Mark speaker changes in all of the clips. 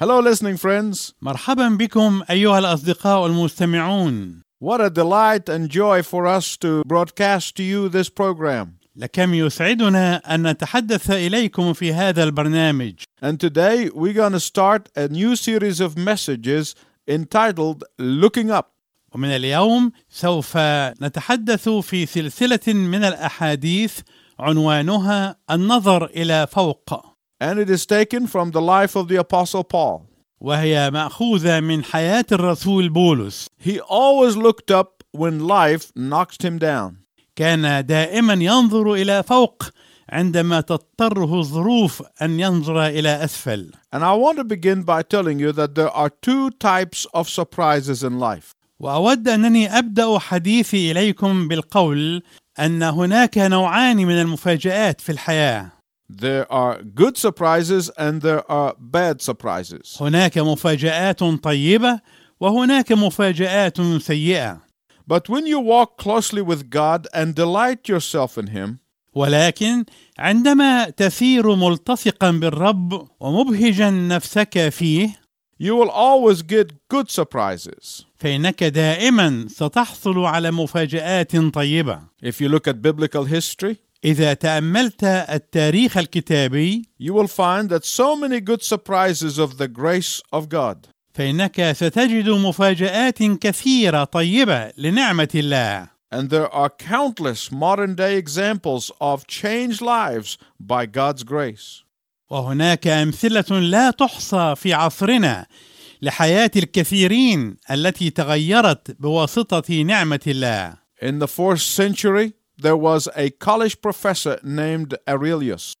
Speaker 1: Hello, listening friends.
Speaker 2: مرحبا بكم أيها الأصدقاء المستمعون
Speaker 1: What a delight and joy for us to broadcast to you this program.
Speaker 2: لكم يسعدنا أن نتحدث إليكم في هذا البرنامج
Speaker 1: And today we're going to start a new series of messages entitled Looking Up.
Speaker 2: ومن اليوم سوف نتحدث في سلسلة من الأحاديث عنوانها النظر إلى فوق
Speaker 1: And it is taken from the life of the Apostle Paul.
Speaker 2: وهي مأخوذة من حياة الرسول بولس
Speaker 1: He always looked up when life knocked him down.
Speaker 2: كان دائما ينظر إلى فوق عندما تضطره الظروف أن ينظر إلى أسفل
Speaker 1: And I want to begin by telling you that there are two types of surprises in life.
Speaker 2: واود انني ابدا حديثي اليكم بالقول ان هناك نوعان من المفاجات في الحياه
Speaker 1: There are good surprises and there are bad surprises.
Speaker 2: هناك مفاجات طيبه وهناك مفاجات سيئه
Speaker 1: But when you walk closely with God and delight yourself in Him,
Speaker 2: ولكن عندما تسير ملتصقا بالرب ومبهجا نفسك فيه
Speaker 1: you will always get good surprises.
Speaker 2: فانك دائما ستحصل على مفاجات طيبه
Speaker 1: If you look at biblical history,
Speaker 2: اذا تاملت التاريخ الكتابي
Speaker 1: you will find that so many good surprises of the grace of God.
Speaker 2: فإنك ستجد مفاجآت كثيرة طيبة لنعمة الله،
Speaker 1: And there are countless modern day examples of changed lives by God's grace.
Speaker 2: وهناك أمثلة لا تحصى في عصرنا لحياة الكثيرين التي تغيرت بواسطة نعمة الله.
Speaker 1: In the fourth century, there was a college professor named Aurelius.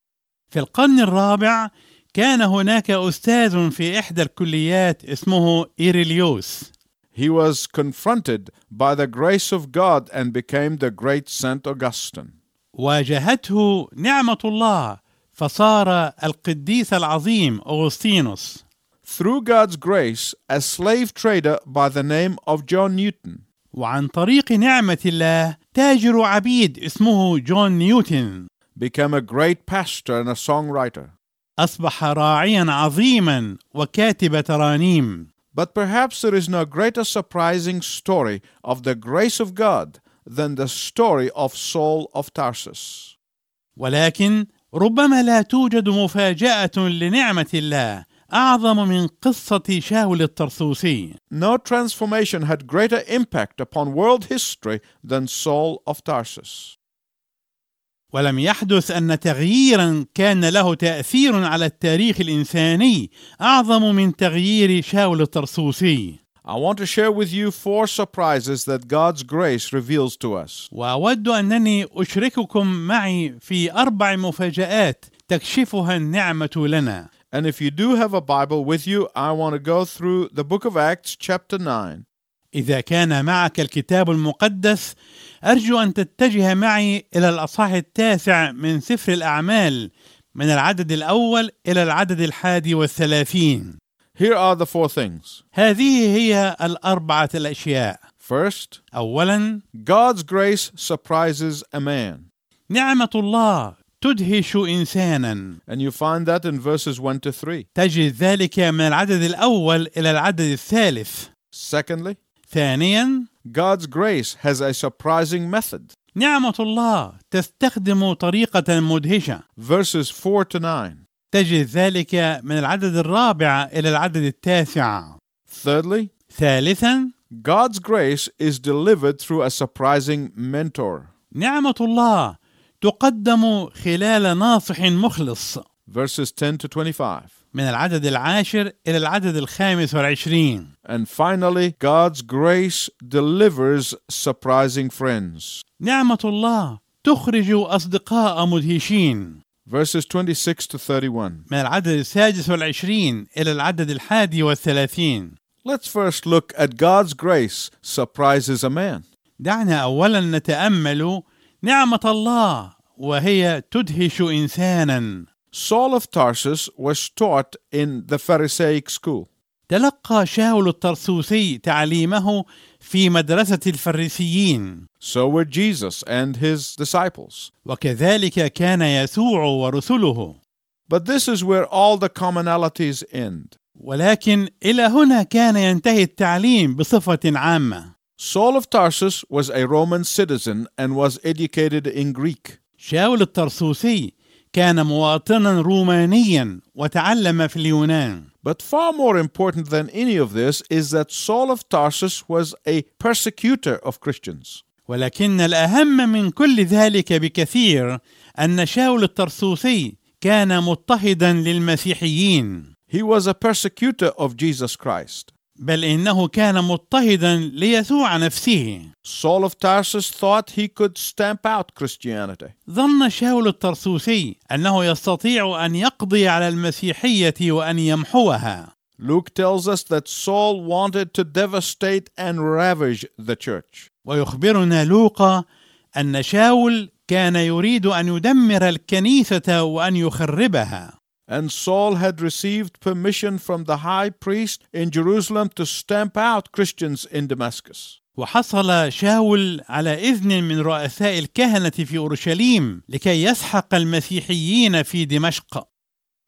Speaker 2: في القرن الرابع كان هناك أستاذ في إحدى الكليات اسمه إيريليوس،
Speaker 1: He was confronted by the grace of God and became the great Saint Augustine.
Speaker 2: واجهته نعمة الله فصار القديس العظيم أغسطينوس.
Speaker 1: Through God's grace, a slave trader by the name of John Newton.
Speaker 2: وعن طريق نعمة الله تاجر عبيد اسمه جون نيوتن
Speaker 1: became a great pastor and a songwriter.
Speaker 2: أصبح راعيا عظيما وكاتب ترانيم
Speaker 1: But perhaps there is no greater surprising story of the grace of God than the story of Saul of Tarsus.
Speaker 2: ولكن ربما لا توجد مفاجأة لنعمة الله أعظم من قصة شاول الطرسوسي
Speaker 1: No transformation had greater impact upon world history than Saul of Tarsus.
Speaker 2: ولم يحدث أن تغييرا كان له تأثير على التاريخ الإنساني أعظم من تغيير شاول الطرسوسي
Speaker 1: I want to share with you four surprises that God's grace reveals to us.
Speaker 2: واود انني اشرككم معي في اربع مفاجات تكشفها النعمه لنا
Speaker 1: And if you do have a Bible with you, I want to go through the book of Acts, chapter 9.
Speaker 2: اذا كان معك الكتاب المقدس ارجو ان تتجه معي الى الاصحاح التاسع من سفر الاعمال من العدد الاول الى العدد الحادي والثلاثين
Speaker 1: Here are the four things.
Speaker 2: هذه هي الاربعه الاشياء
Speaker 1: First,
Speaker 2: اولا
Speaker 1: God's grace surprises a man.
Speaker 2: نعمه الله تدهش انسانا
Speaker 1: And you find that in verses 1 to 3.
Speaker 2: تجد ذلك من العدد الاول الى العدد الثالث
Speaker 1: Secondly,
Speaker 2: ثانيا
Speaker 1: God's grace has a surprising method.
Speaker 2: نعمة الله تستخدم طريقة مدهشة
Speaker 1: Verses 4 to 9.
Speaker 2: تجد ذلك من العدد الرابع إلى العدد التاسع
Speaker 1: Thirdly,
Speaker 2: ثالثا
Speaker 1: God's grace is delivered through a surprising mentor.
Speaker 2: نعمة الله تقدم خلال ناصح مخلص
Speaker 1: Verses 10 to 25.
Speaker 2: من العدد العاشر إلى العدد الخامس والعشرين
Speaker 1: And finally, God's grace delivers surprising friends.
Speaker 2: نعمة الله تخرج أصدقاء مدهشين
Speaker 1: Verses 26 to 31.
Speaker 2: من العدد السادس والعشرين إلى العدد الحادي والثلاثين
Speaker 1: Let's first look at God's grace surprises a man.
Speaker 2: دعنا اولا نتامل نعمه الله وهي تدهش انسانا
Speaker 1: Saul of Tarsus was taught in the Pharisaic school.
Speaker 2: تلقى شاول الطرسوسي تعليمه في مدرسه الفريسيين
Speaker 1: So were Jesus and his disciples.
Speaker 2: وكذلك كان يسوع ورسله
Speaker 1: But this is where all the commonalities end.
Speaker 2: ولكن إلى هنا كان ينتهي التعليم بصفة عامة
Speaker 1: Saul of Tarsus was a Roman citizen and was educated in Greek.
Speaker 2: شاول الطرسوسي كان مواطنا رومانيا وتعلم في اليونان
Speaker 1: But far more important than any of this is that Saul of Tarsus was a persecutor of Christians.
Speaker 2: ولكن الأهم من كل ذلك بكثير أن شاول الطرسوسي كان مضطهدا للمسيحيين
Speaker 1: He was a persecutor of Jesus Christ.
Speaker 2: بل إنه كان مضطهدا ليسوع نفسه
Speaker 1: Saul of Tarsus thought he could stamp out Christianity.
Speaker 2: ظن شاول الطرسوسي أنه يستطيع أن يقضي على المسيحية وأن يمحوها
Speaker 1: Luke tells us that Saul wanted to devastate and ravage the church.
Speaker 2: ويخبرنا لوقا أن شاول كان يريد أن يدمر الكنيسة وأن يخربها
Speaker 1: And Saul had received permission from the high priest in Jerusalem to stamp out Christians in Damascus.
Speaker 2: وحصل شاول على إذن من رؤساء الكهنة في أورشليم لكي يسحق المسيحيين في دمشق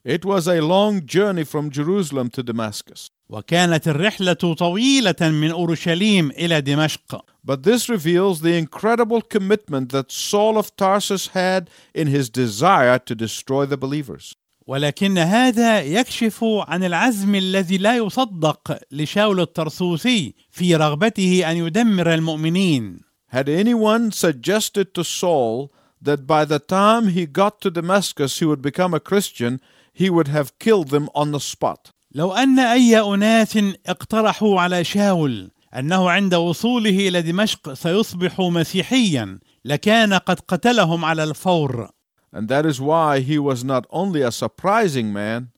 Speaker 1: It was a long journey from Jerusalem to Damascus.
Speaker 2: وكانت الرحلة طويلة من أورشليم إلى دمشق
Speaker 1: But this reveals the incredible commitment that Saul of Tarsus had in his desire to destroy the believers.
Speaker 2: ولكن هذا يكشف عن العزم الذي لا يصدق لشاول الطرسوسي في رغبته أن يدمر المؤمنين
Speaker 1: Had anyone suggested to Saul that by the time he got to Damascus he would become a Christian, he would have killed them on the spot.
Speaker 2: لو أن أي أناس اقترحوا على شاول أنه عند وصوله إلى دمشق سيصبح مسيحيا لكان قد قتلهم على الفور
Speaker 1: And that is why he was not only a surprising man,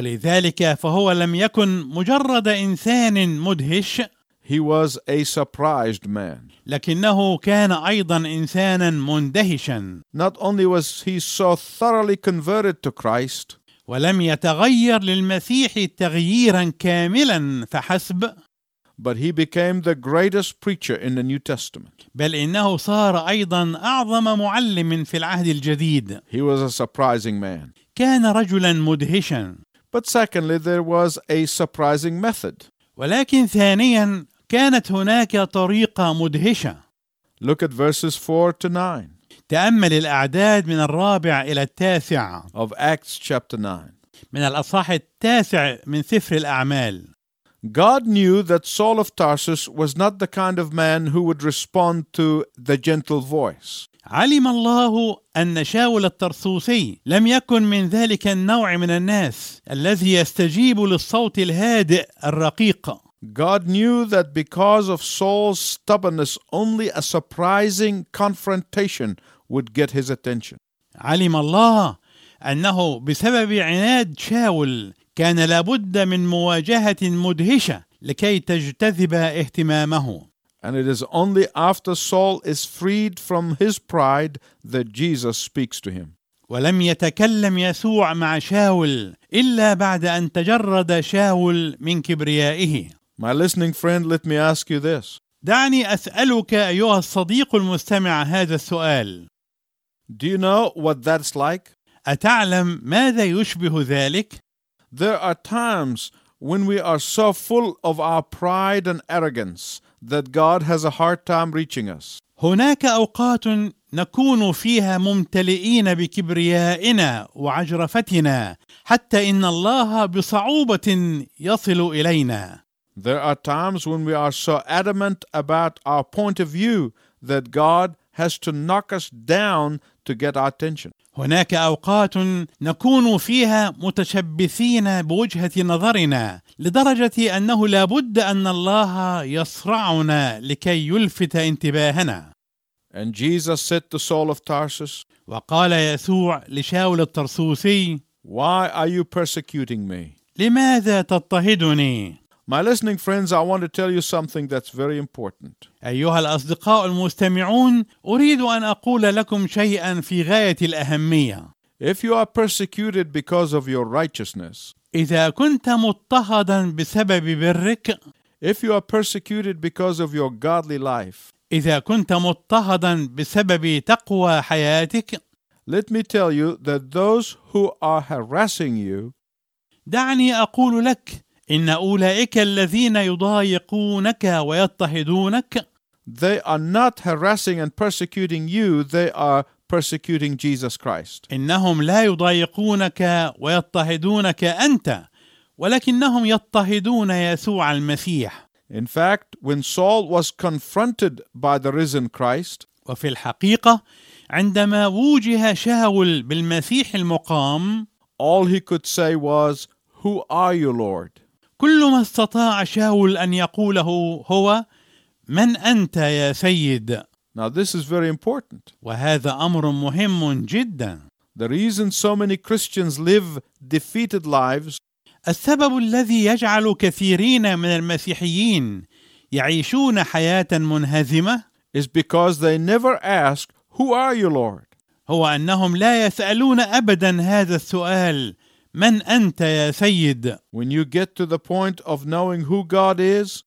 Speaker 2: ولذلك فهو لم يكن مجرد إنسان مدهش
Speaker 1: he was a surprised man.
Speaker 2: لكنه كان أيضا إنسانا مندهشا
Speaker 1: Not only was he so thoroughly converted to Christ,
Speaker 2: ولم يتغير للمسيح تغييرا كاملا فحسب
Speaker 1: but he became the greatest preacher in the New Testament.
Speaker 2: بل إنه صار أيضا أعظم معلم في العهد الجديد
Speaker 1: He was a surprising man.
Speaker 2: كان رجلا مدهشا
Speaker 1: But secondly, there was a surprising method.
Speaker 2: ولكن ثانيا كانت هناك طريقة مدهشة
Speaker 1: Look at verses 4 to 9
Speaker 2: تأمل الأعداد من الرابع إلى التاسع
Speaker 1: of Acts chapter 9.
Speaker 2: من الأصحاح التاسع من سفر الأعمال
Speaker 1: God knew that Saul of Tarsus was not the kind of man who would respond to the gentle voice.
Speaker 2: علم الله أن شاول الطرسوسي لم يكن من ذلك النوع من الناس الذي يستجيب للصوت الهادئ الرقيق
Speaker 1: God knew that because of Saul's stubbornness, only a surprising confrontation would get his attention.
Speaker 2: علم الله أنه بسبب عناد شاول كان لابد من مواجهة مدهشة لكي تجتذب اهتمامه
Speaker 1: And it is only after Saul is freed from his pride that Jesus speaks to him.
Speaker 2: ولم يتكلم يسوع مع شاول الا بعد ان تجرد شاول من كبريائه
Speaker 1: My listening friend, let me ask you this
Speaker 2: دعني اسالك ايها الصديق المستمع هذا السؤال
Speaker 1: Do you know what that's like?
Speaker 2: اتعلم ماذا يشبه ذلك
Speaker 1: There are times when we are so full of our pride and arrogance that God has a hard time reaching us.
Speaker 2: هناك اوقات نكون فيها ممتلئين بكبريائنا وعجرفتنا حتى ان الله بصعوبه يصل الينا
Speaker 1: There are times when we are so adamant about our point of view that God has to knock us down to get our attention.
Speaker 2: هناك اوقات نكون فيها متشبثين بوجهه نظرنا لدرجه انه لا بد ان الله يصرعنا لكي يلفت انتباهنا
Speaker 1: And Jesus said to Saul of Tarsus,
Speaker 2: وقال يسوع لشاول الطرسوسي
Speaker 1: Why are you persecuting me?
Speaker 2: لماذا تضطهدني
Speaker 1: My listening friends, I want to tell you something that's very important.
Speaker 2: ايها الاصدقاء المستمعون اريد ان اقول لكم شيئا في غايه الاهميه
Speaker 1: If you are persecuted because of your righteousness,
Speaker 2: اذا كنت مضطهدا بسبب برك
Speaker 1: if you are persecuted because of your godly life,
Speaker 2: اذا كنت مضطهدا بسبب تقوى حياتك
Speaker 1: let me tell you that those who are harassing you
Speaker 2: دعني اقول لك إن أولئك الذين يضايقونك ويضطهدونك
Speaker 1: They are not harassing and persecuting you, they are persecuting Jesus Christ.
Speaker 2: إنهم لا يضايقونك ويضطهدونك أنت ولكنهم يضطهدون يسوع المسيح
Speaker 1: In fact, when Saul was confronted by the risen Christ,
Speaker 2: وفي الحقيقة عندما وجه شاول بالمسيح المقام
Speaker 1: all he could say was, Who are you, Lord?
Speaker 2: كل ما استطاع شاول أن يقوله هو من أنت يا سيد
Speaker 1: Now, this is very important.
Speaker 2: وهذا أمر مهم جدا
Speaker 1: The reason so many Christians live defeated lives
Speaker 2: السبب الذي يجعل كثيرين من المسيحيين يعيشون حياة منهزمة
Speaker 1: is because they never ask, Who are you, Lord?
Speaker 2: هو أنهم لا يسألون أبدا هذا السؤال من أنت يا سيد
Speaker 1: When you get to the point of knowing who God is,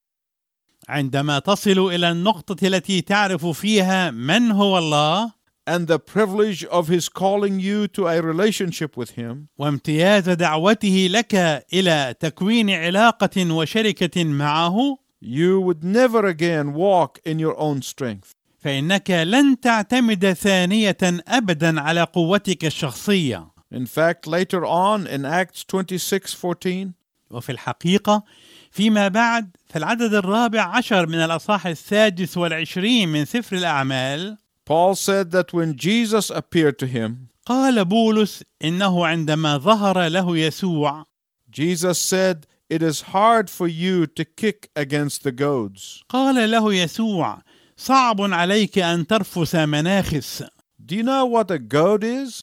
Speaker 2: عندما تصل إلى النقطة التي تعرف فيها من هو الله
Speaker 1: and the privilege of His calling you to a relationship with Him,
Speaker 2: وامتياز دعوته لك إلى تكوين علاقة وشركة معه
Speaker 1: you would never again walk in your own strength.
Speaker 2: فإنك لن تعتمد ثانية أبدا على قوتك الشخصية
Speaker 1: In fact, later on in Acts 26:14,
Speaker 2: وفي الحقيقة فيما بعد فالعدد الرابع عشر من الأصحاح السادس والعشرين من سفر الأعمال
Speaker 1: Paul said that when Jesus appeared to him,
Speaker 2: قال بولس إنه عندما ظهر له يسوع
Speaker 1: Jesus said, "It is hard for you to kick against the goads."
Speaker 2: قال له يسوع صعب عليك أن ترفس مناخس
Speaker 1: Do you know what a goad is?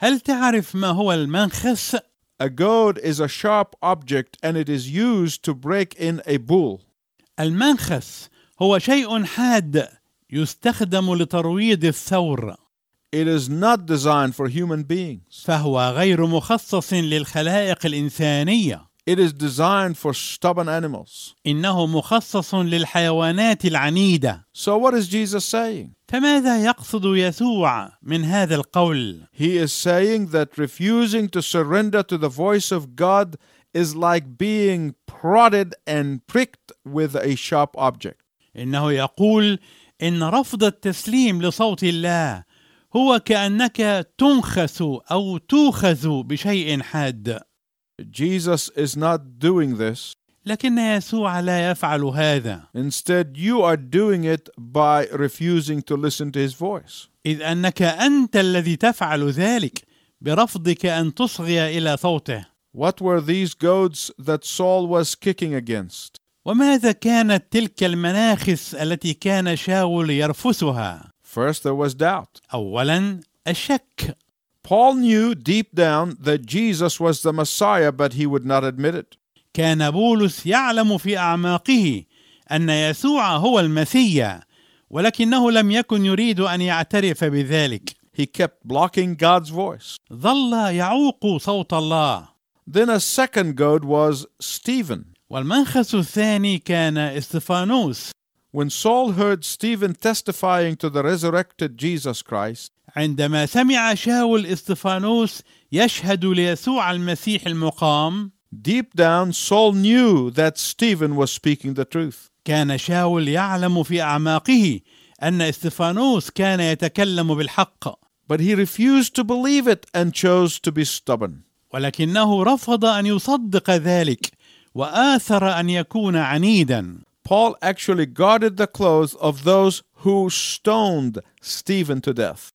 Speaker 2: هل تعرف ما هو المنخس؟
Speaker 1: A goad is a sharp object and it is used to break in a bull.
Speaker 2: المنخس هو شيء حاد يستخدم لترويض الثور
Speaker 1: It is not designed for human beings.
Speaker 2: فهو غير مخصص للخلائق الإنسانية
Speaker 1: It is designed for stubborn animals.
Speaker 2: إنه مخصص للحيوانات العنيدة
Speaker 1: So what is Jesus saying?
Speaker 2: فماذا يقصد يسوع من هذا القول؟
Speaker 1: He is saying that refusing to surrender to the voice of God is like being prodded and pricked with a sharp object.
Speaker 2: إنه يقول إن رفض التسليم لصوت الله هو كأنك تنخس أو توخز بشيء حاد
Speaker 1: Jesus is not doing this.
Speaker 2: لكن يسوع لا يفعل هذا
Speaker 1: Instead, you are doing it by refusing to listen to his voice.
Speaker 2: إذ أنك أنت الذي تفعل ذلك برفضك أن تصغي إلى صوته
Speaker 1: What were these goads that Saul was kicking against?
Speaker 2: وماذا كانت تلك المناخس التي كان شاول يرفسها؟
Speaker 1: First, there was doubt.
Speaker 2: أولا الشك
Speaker 1: Paul knew deep down that Jesus was the Messiah, but he would not admit it.
Speaker 2: كان بولس يعلم في أعماقه أن يسوع هو المسيا ولكنه لم يكن يريد أن يعترف بذلك
Speaker 1: He kept blocking God's voice.
Speaker 2: ظل يعوق صوت الله
Speaker 1: Then a second goad was Stephen.
Speaker 2: والمنخس الثاني كان استفانوس
Speaker 1: When Saul heard Stephen testifying to the resurrected Jesus Christ,
Speaker 2: عندما سمع شاول استفانوس يشهد ليسوع المسيح المقام
Speaker 1: deep down Saul knew that Stephen was speaking the truth.
Speaker 2: كان شاول يعلم في أعماقه أن استفانوس كان يتكلم بالحق
Speaker 1: But he refused to believe it and chose to be stubborn.
Speaker 2: ولكنه رفض أن يصدق ذلك وآثر أن يكون عنيدا
Speaker 1: Paul actually guarded the clothes of those who stoned Stephen to death.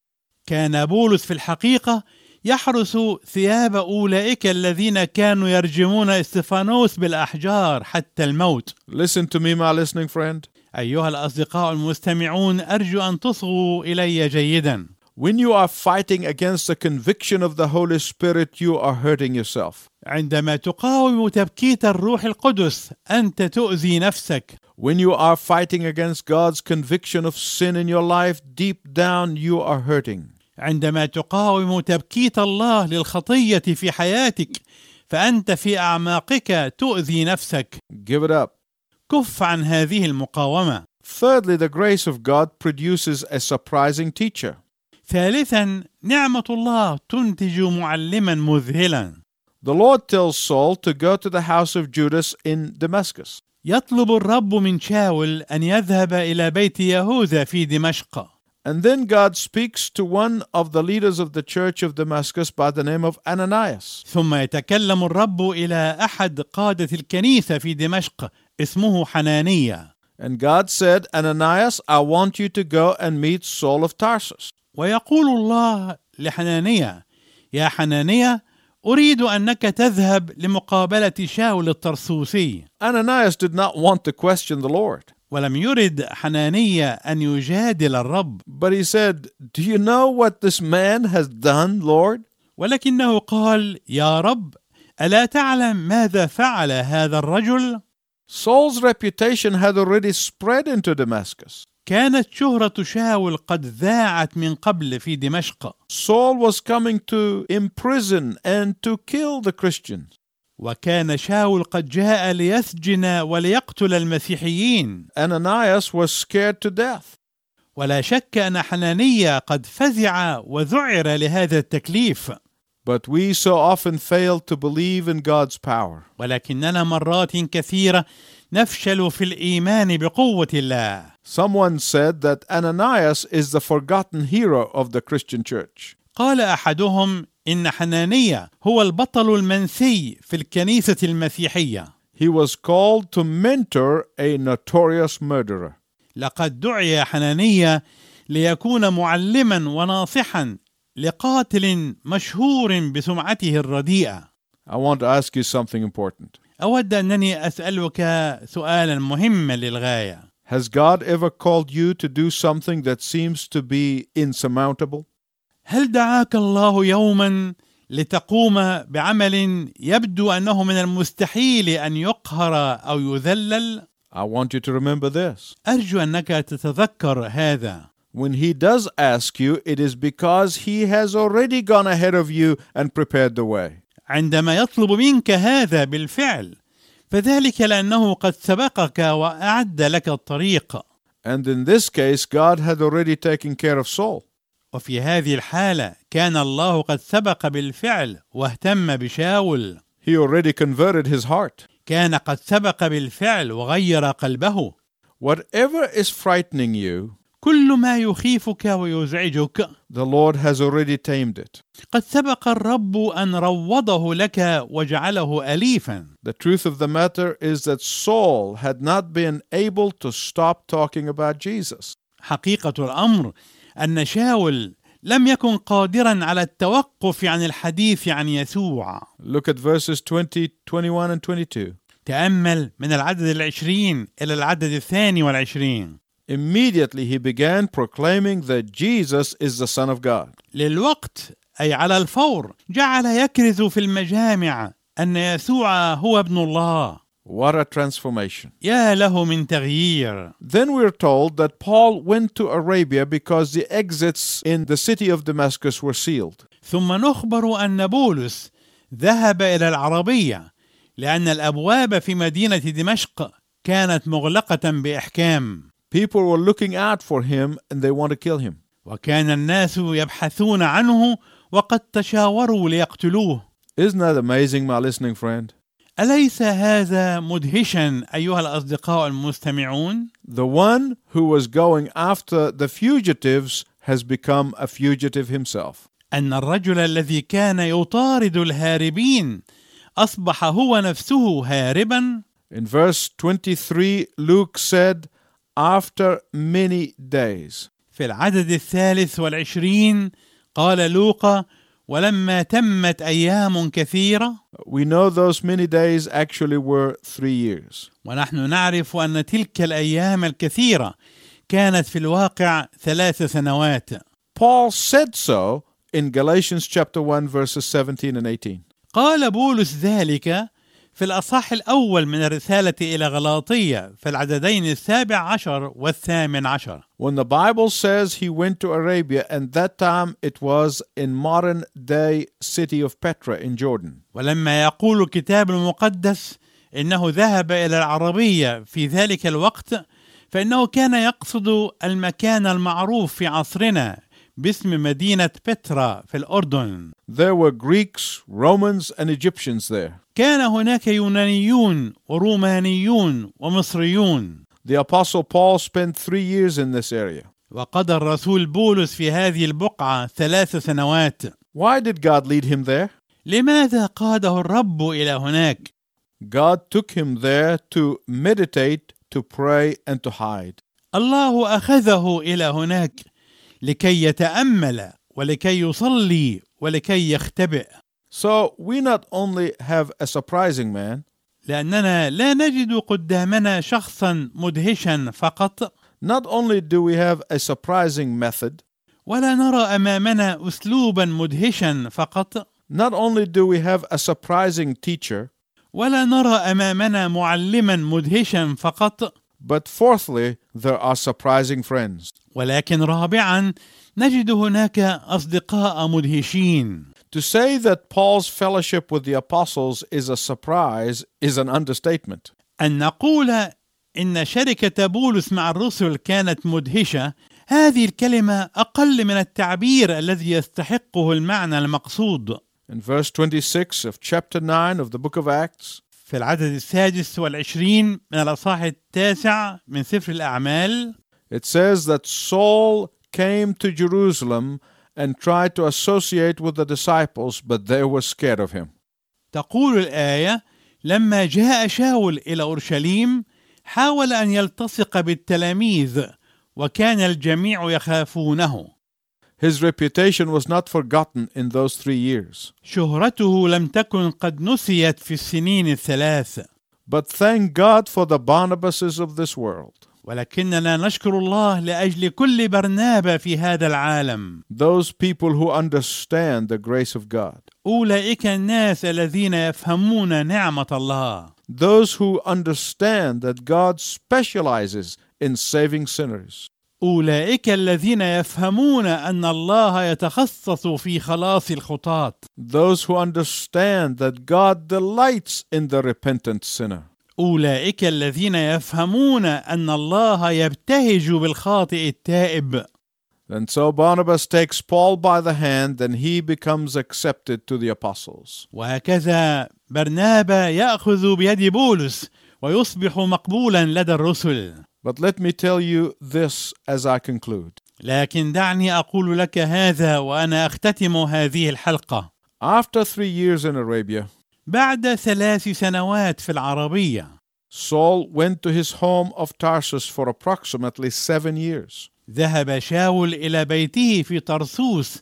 Speaker 2: كان بولس في الحقيقة يحرس ثياب أولئك الذين كانوا يرجمون استفانوس بالأحجار حتى الموت
Speaker 1: Listen to me, my listening friend.
Speaker 2: أيها الأصدقاء المستمعون أرجو أن تصغوا إلي جيدا
Speaker 1: When you are fighting against the conviction of the Holy Spirit, you are hurting yourself.
Speaker 2: عندما تقاوم تبكيت الروح القدس أنت تؤذي نفسك
Speaker 1: When you are fighting against God's conviction of sin in your life, deep down you are hurting.
Speaker 2: عندما تقاوم تبكيت الله للخطية في حياتك فأنت في أعماقك تؤذي نفسك
Speaker 1: Give it up.
Speaker 2: كف عن هذه المقاومة
Speaker 1: Thirdly, the grace of God produces a surprising teacher.
Speaker 2: ثالثا نعمة الله تنتج معلما مذهلا
Speaker 1: The Lord tells Saul to go to the house of Judas in Damascus.
Speaker 2: يطلب الرب من شاول أن يذهب إلى بيت يهوذا في دمشق
Speaker 1: And then God speaks to one of the leaders of the church of Damascus by the name of Ananias.
Speaker 2: ثم يتكلم الرب إلى أحد قادة الكنيسة في دمشق اسمه حنانية
Speaker 1: And God said, Ananias, I want you to go and meet Saul of Tarsus.
Speaker 2: ويقول الله لحنانية يا حنانية أريد أنك تذهب لمقابلة شاول الطرسوسي
Speaker 1: Ananias did not want to question the Lord,
Speaker 2: ولم يرد حنانية أن يجادل الرب
Speaker 1: but he said, Do you know what this man has done, Lord?
Speaker 2: ولكنه قال يا رب ألا تعلم ماذا فعل هذا الرجل؟
Speaker 1: Saul's reputation had already spread into Damascus.
Speaker 2: كانت شهرة شاول قد ذاعت من قبل في دمشق
Speaker 1: Saul was coming to imprison and to kill the Christians.
Speaker 2: وكان شاول قد جاء ليسجن وليقتل المسيحيين
Speaker 1: Ananias was scared to death.
Speaker 2: ولا شك أن حنانية قد فزع وذعر لهذا التكليف
Speaker 1: But we so often fail to believe in God's power.
Speaker 2: ولكننا مرات كثيرة نفشل في الإيمان بقوة الله
Speaker 1: Someone said that Ananias is the forgotten hero of the Christian church.
Speaker 2: قال أحدهم إن حنانية هو البطل المنسي في الكنيسة المسيحية
Speaker 1: He was called to mentor a notorious murderer.
Speaker 2: لقد دعي حنانية ليكون معلما وناصحا لقاتل مشهور بسمعته الرديئة
Speaker 1: I want to ask you something important.
Speaker 2: أود أنني أسألك سؤالا مهما للغاية
Speaker 1: Has God ever called you to do something that seems to be insurmountable?
Speaker 2: هل دعاك الله يوما لتقوم بعمل يبدو أنه من المستحيل أن يقهر أو يذلل
Speaker 1: I want you to remember this.
Speaker 2: أرجو أنك تتذكر هذا
Speaker 1: When He does ask you, it is because He has already gone ahead of you and prepared the way.
Speaker 2: عندما يطلب منك هذا بالفعل فذلك لأنه قد سبقك وأعد لك الطريق
Speaker 1: And in this case, God had already taken care of Saul.
Speaker 2: وفي هذه الحالة كان الله قد سبق بالفعل واهتم بشاول
Speaker 1: He already converted his heart.
Speaker 2: كان قد سبق بالفعل وغير قلبه
Speaker 1: Whatever is frightening you,
Speaker 2: كل ما يخيفك ويزعجك
Speaker 1: the Lord has already tamed it.
Speaker 2: قد سبق الرب أن روضه لك وجعله أليفا
Speaker 1: The truth of the matter is that Saul had not been able to stop talking about Jesus.
Speaker 2: حقيقة الأمر أن شاول لم يكن قادرا على التوقف عن الحديث عن يسوع
Speaker 1: Look at verses 20, 21, and 22.
Speaker 2: تأمل من العدد العشرين إلى العدد الثاني والعشرين
Speaker 1: Immediately he began proclaiming that Jesus is the Son of God.
Speaker 2: للوقت أي على الفور جعل يكرز في المجامع أن يسوع هو ابن الله
Speaker 1: What a transformation.
Speaker 2: يا له من تغيير
Speaker 1: Then we're told that Paul went to Arabia because the exits in the city of Damascus were sealed.
Speaker 2: ثم نخبر أن بولس ذهب إلى العربية لأن الأبواب في مدينة دمشق كانت مغلقة بإحكام
Speaker 1: People were looking out for him and they want to kill him.
Speaker 2: وكان الناس يبحثون عنه وقد تشاوروا ليقتلوه
Speaker 1: Isn't that amazing, my listening friend?
Speaker 2: أليس هذا مدهشا أيها الأصدقاء المستمعون؟
Speaker 1: The one who was going after the fugitives has become a fugitive himself.
Speaker 2: أن الرجل الذي كان يطارد الهاربين أصبح هو نفسه هاربا
Speaker 1: In verse 23, Luke said, After many days.
Speaker 2: في العدد الثالث والعشرين قال لوقا ولما تمت أيام كثيرة
Speaker 1: We know those many days actually were three years.
Speaker 2: ونحن نعرف أن تلك الأيام الكثيرة كانت في الواقع ثلاث سنوات
Speaker 1: Paul said so in Galatians chapter 1, verses 17 and 18.
Speaker 2: قال بولس ذلك في الأصح الأول من الرسالة إلى غلاطية في العددين السابع عشر والثامن عشر
Speaker 1: When the Bible says he went to Arabia, and that time it was in modern day city of Petra in Jordan.
Speaker 2: ولما يقول الكتاب المقدس انه ذهب الى العربيه في ذلك الوقت فانه كان يقصد المكان المعروف في عصرنا باسم مدينة بترا في الأردن
Speaker 1: There were Greeks, Romans, and Egyptians there.
Speaker 2: كان هناك يونانيون ورومانيون ومصريون
Speaker 1: The Apostle Paul spent three years in this area.
Speaker 2: وقضى الرسول بولس في هذه البقعة ثلاث سنوات
Speaker 1: Why did God lead him there?
Speaker 2: لماذا قاده الرب إلى هناك؟
Speaker 1: God took him there to meditate, to pray, and to hide.
Speaker 2: الله أخذه إلى هناك لكي يتأمل ولكي يصلي ولكي يختبئ
Speaker 1: So we not only have a surprising man,
Speaker 2: لأننا لا نجد قدامنا شخصا مدهشا فقط
Speaker 1: not only do we have a surprising method,
Speaker 2: ولا نرى أمامنا أسلوبا مدهشا فقط
Speaker 1: not only do we have a surprising teacher,
Speaker 2: ولا نرى أمامنا معلما مدهشا فقط
Speaker 1: but fourthly, there are surprising friends.
Speaker 2: ولكن رابعا نجد هناك أصدقاء مدهشين
Speaker 1: To say that Paul's fellowship with the apostles is a surprise is an understatement.
Speaker 2: أن نقول إن شركة بولس مع الرسل كانت مدهشة هذه الكلمة أقل من التعبير الذي يستحقه المعنى المقصود
Speaker 1: In verse 26 of chapter 9 of the book of Acts,
Speaker 2: في العدد السادس والعشرين من الأصحاح التاسع من سفر الأعمال
Speaker 1: it says that Saul came to Jerusalem and tried to associate with the disciples, but they were scared of him.
Speaker 2: تقول الآية لما جاء شاول إلى أورشليم حاول أن يلتصق بالتلاميذ وكان الجميع يخافونه
Speaker 1: His reputation was not forgotten in those three years.
Speaker 2: شهرته لم تكن قد نسيت في السنين الثلاث
Speaker 1: But thank God for the Barnabases of this world,
Speaker 2: ولكننا نشكر الله لاجل كل برنابا في هذا العالم
Speaker 1: those people who understand the grace of God,
Speaker 2: اولئك الناس الذين يفهمون نعمه الله
Speaker 1: those who understand that God specializes in saving sinners,
Speaker 2: اولئك الذين يفهمون ان الله يتخصص في خلاص الخطاه
Speaker 1: those who understand that God delights in the repentant sinner.
Speaker 2: اولئك الذين يفهمون ان الله يبتهج بالخاطئ التائب
Speaker 1: And so Barnabas takes Paul by the hand, and he becomes accepted to the apostles.
Speaker 2: وهكذا برنابا ياخذ بيد بولس ويصبح مقبولا لدى الرسل
Speaker 1: But let me tell you this as I conclude.
Speaker 2: لكن دعني اقول لك هذا وانا اختتم هذه الحلقه
Speaker 1: After three years in Arabia,
Speaker 2: بعد ثلاث سنوات في العربيه
Speaker 1: Saul went to his home of Tarsus for approximately seven years.
Speaker 2: ذهب شاول الى بيته في طرسوس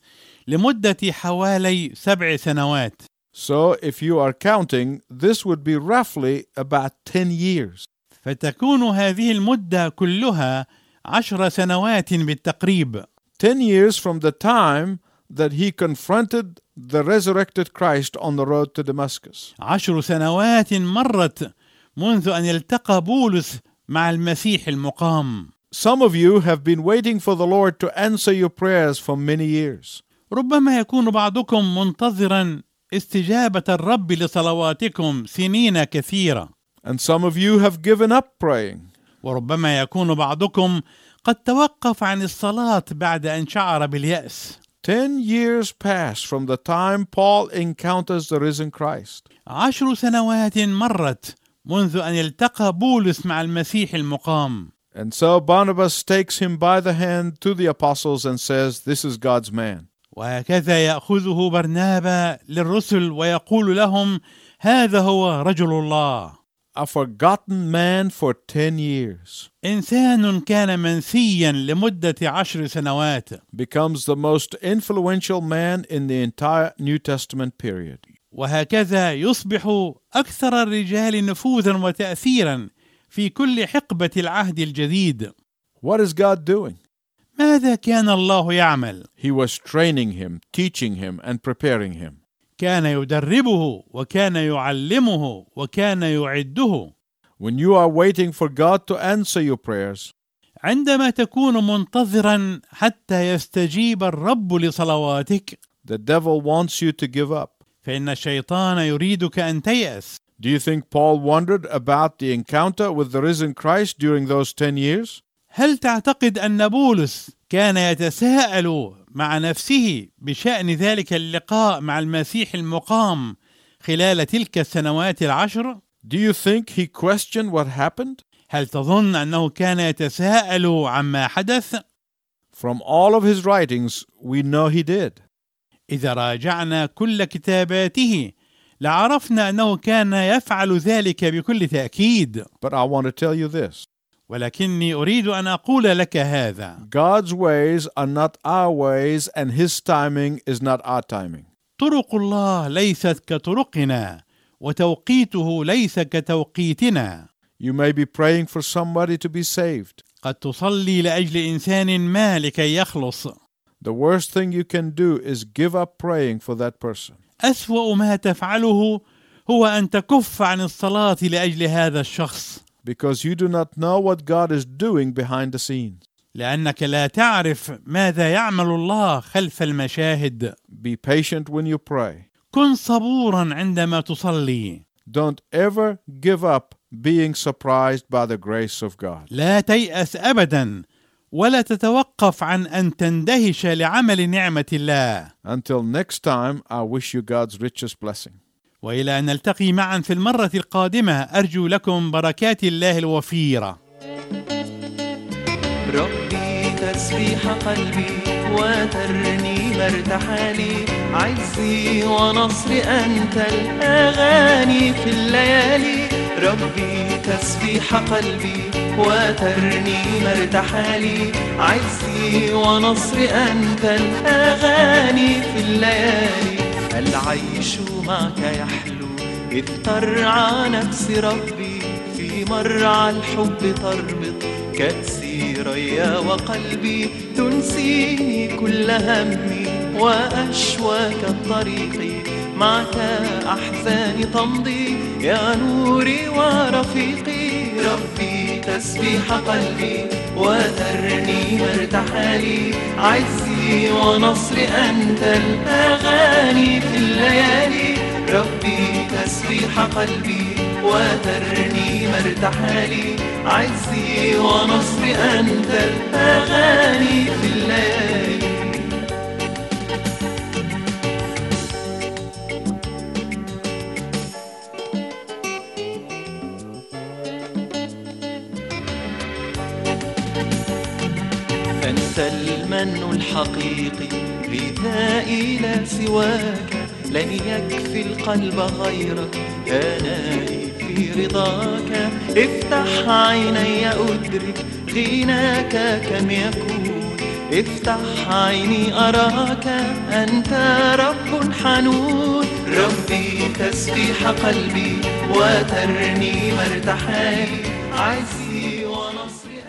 Speaker 2: لمده حوالي سبع سنوات
Speaker 1: So, if you are counting, this would be roughly about 10 years.
Speaker 2: فتكون هذه المده كلها عشر سنوات بالتقريب
Speaker 1: 10 years from the time that he confronted the resurrected Christ on the road to Damascus.
Speaker 2: عشر سنوات مرت منذ ان التقى بولس مع المسيح المقام
Speaker 1: Some of you have been waiting for the Lord to answer your prayers for many years.
Speaker 2: ربما يكون بعضكم منتظرا استجابة الرب لصلواتكم سنين كثيرة،
Speaker 1: And some of you have given up praying.
Speaker 2: وربما يكون بعضكم قد توقف عن الصلاة بعد أن شعر باليأس.
Speaker 1: Ten years pass from the time Paul encounters the risen Christ.
Speaker 2: عشر سنوات مرت منذ أن التقى بولس مع المسيح المقام،
Speaker 1: And so Barnabas takes him by the hand to the apostles and says, This is God's man.
Speaker 2: وهكذا يأخذه برنابا للرسل ويقول لهم: هذا هو رجل الله.
Speaker 1: A forgotten man for ten years
Speaker 2: إنسان كان منسيا لمدة عشر سنوات.
Speaker 1: becomes the most influential man in the entire New Testament period.
Speaker 2: وهكذا يصبح اكثر الرجال نفوذا وتاثيرا في كل حقبه العهد الجديد
Speaker 1: What is God doing?
Speaker 2: ماذا كان الله يعمل
Speaker 1: He was training him, teaching him, and preparing him.
Speaker 2: كان يدربه وكان يعلمه وكان يعده
Speaker 1: When you are waiting for God to answer your prayers,
Speaker 2: عندما تكون منتظرا حتى يستجيب الرب لصلواتك
Speaker 1: the devil wants you to give up.
Speaker 2: فان الشيطان يريدك ان تياس
Speaker 1: Do you think Paul wondered about the encounter with the risen Christ during those 10 years?
Speaker 2: هل تعتقد أن بولس كان يتساءل مع نفسه بشأن ذلك اللقاء مع المسيح المقام خلال تلك السنوات العشر؟
Speaker 1: Do you think he questioned what happened?
Speaker 2: هل تظن أنه كان يتساءل عما حدث؟
Speaker 1: From all of his writings, we know he did.
Speaker 2: إذا راجعنا كل كتاباته لعرفنا أنه كان يفعل ذلك بكل تأكيد
Speaker 1: But I want to tell you this
Speaker 2: ولكني أريد أن أقول لك هذا
Speaker 1: God's ways are not our ways, and his timing is not our timing.
Speaker 2: طرق الله ليست كطرقنا وتوقيته ليس كتوقيتنا
Speaker 1: You may be praying for somebody to be saved.
Speaker 2: قد تصلي لأجل إنسان ما لكي يخلص
Speaker 1: The worst thing you can do is give up praying for that person.
Speaker 2: أسوأ ما تفعله هو أن تكف عن الصلاة لأجل هذا الشخص
Speaker 1: because you do not know what God is doing behind the scenes.
Speaker 2: لأنك لا تعرف ماذا يعمل الله خلف المشاهد
Speaker 1: Be patient when you pray.
Speaker 2: كن صبورا عندما تصلي
Speaker 1: Don't ever give up being surprised by the grace of God.
Speaker 2: لا تيأس أبدا ولا تتوقف عن أن تندهش لعمل نعمة الله
Speaker 1: Until next time, I wish you God's richest blessing.
Speaker 2: وإلى أن نلتقي معا في المرة القادمة أرجو لكم بركات الله الوفيرة
Speaker 3: ربي تسبيح قلبي وترنيم ارتحالي عزي ونصري أنت الأغاني في الليالي ربي تسبيح قلبي وترنيم ارتحالي عزي ونصري أنت الأغاني في الليالي العيش معك يحلو إذ ترعى نفسي ربي في مرعى الحب تربط كأسي ريا وقلبي تنسيني كل همي وأشواك الطريق معك أحزاني تمضي يا نوري ورفيقي ربي تسبيح قلبي وترنيم ارتحالي عزي ونصري أنت الأغاني في الليالي ربي تسبيح قلبي وترنيم ارتحالي عزي ونصري أنت الأغاني في الليالي أنت المن الحقيقي غذائي لا سواك لن يكفي القلب غيرك هنائي في رضاك افتح عيني أدرك غناك كم يكون افتح عيني أراك أنت رب حنون ربي تسبيح قلبي وترنيم ارتحالي عزي ونصري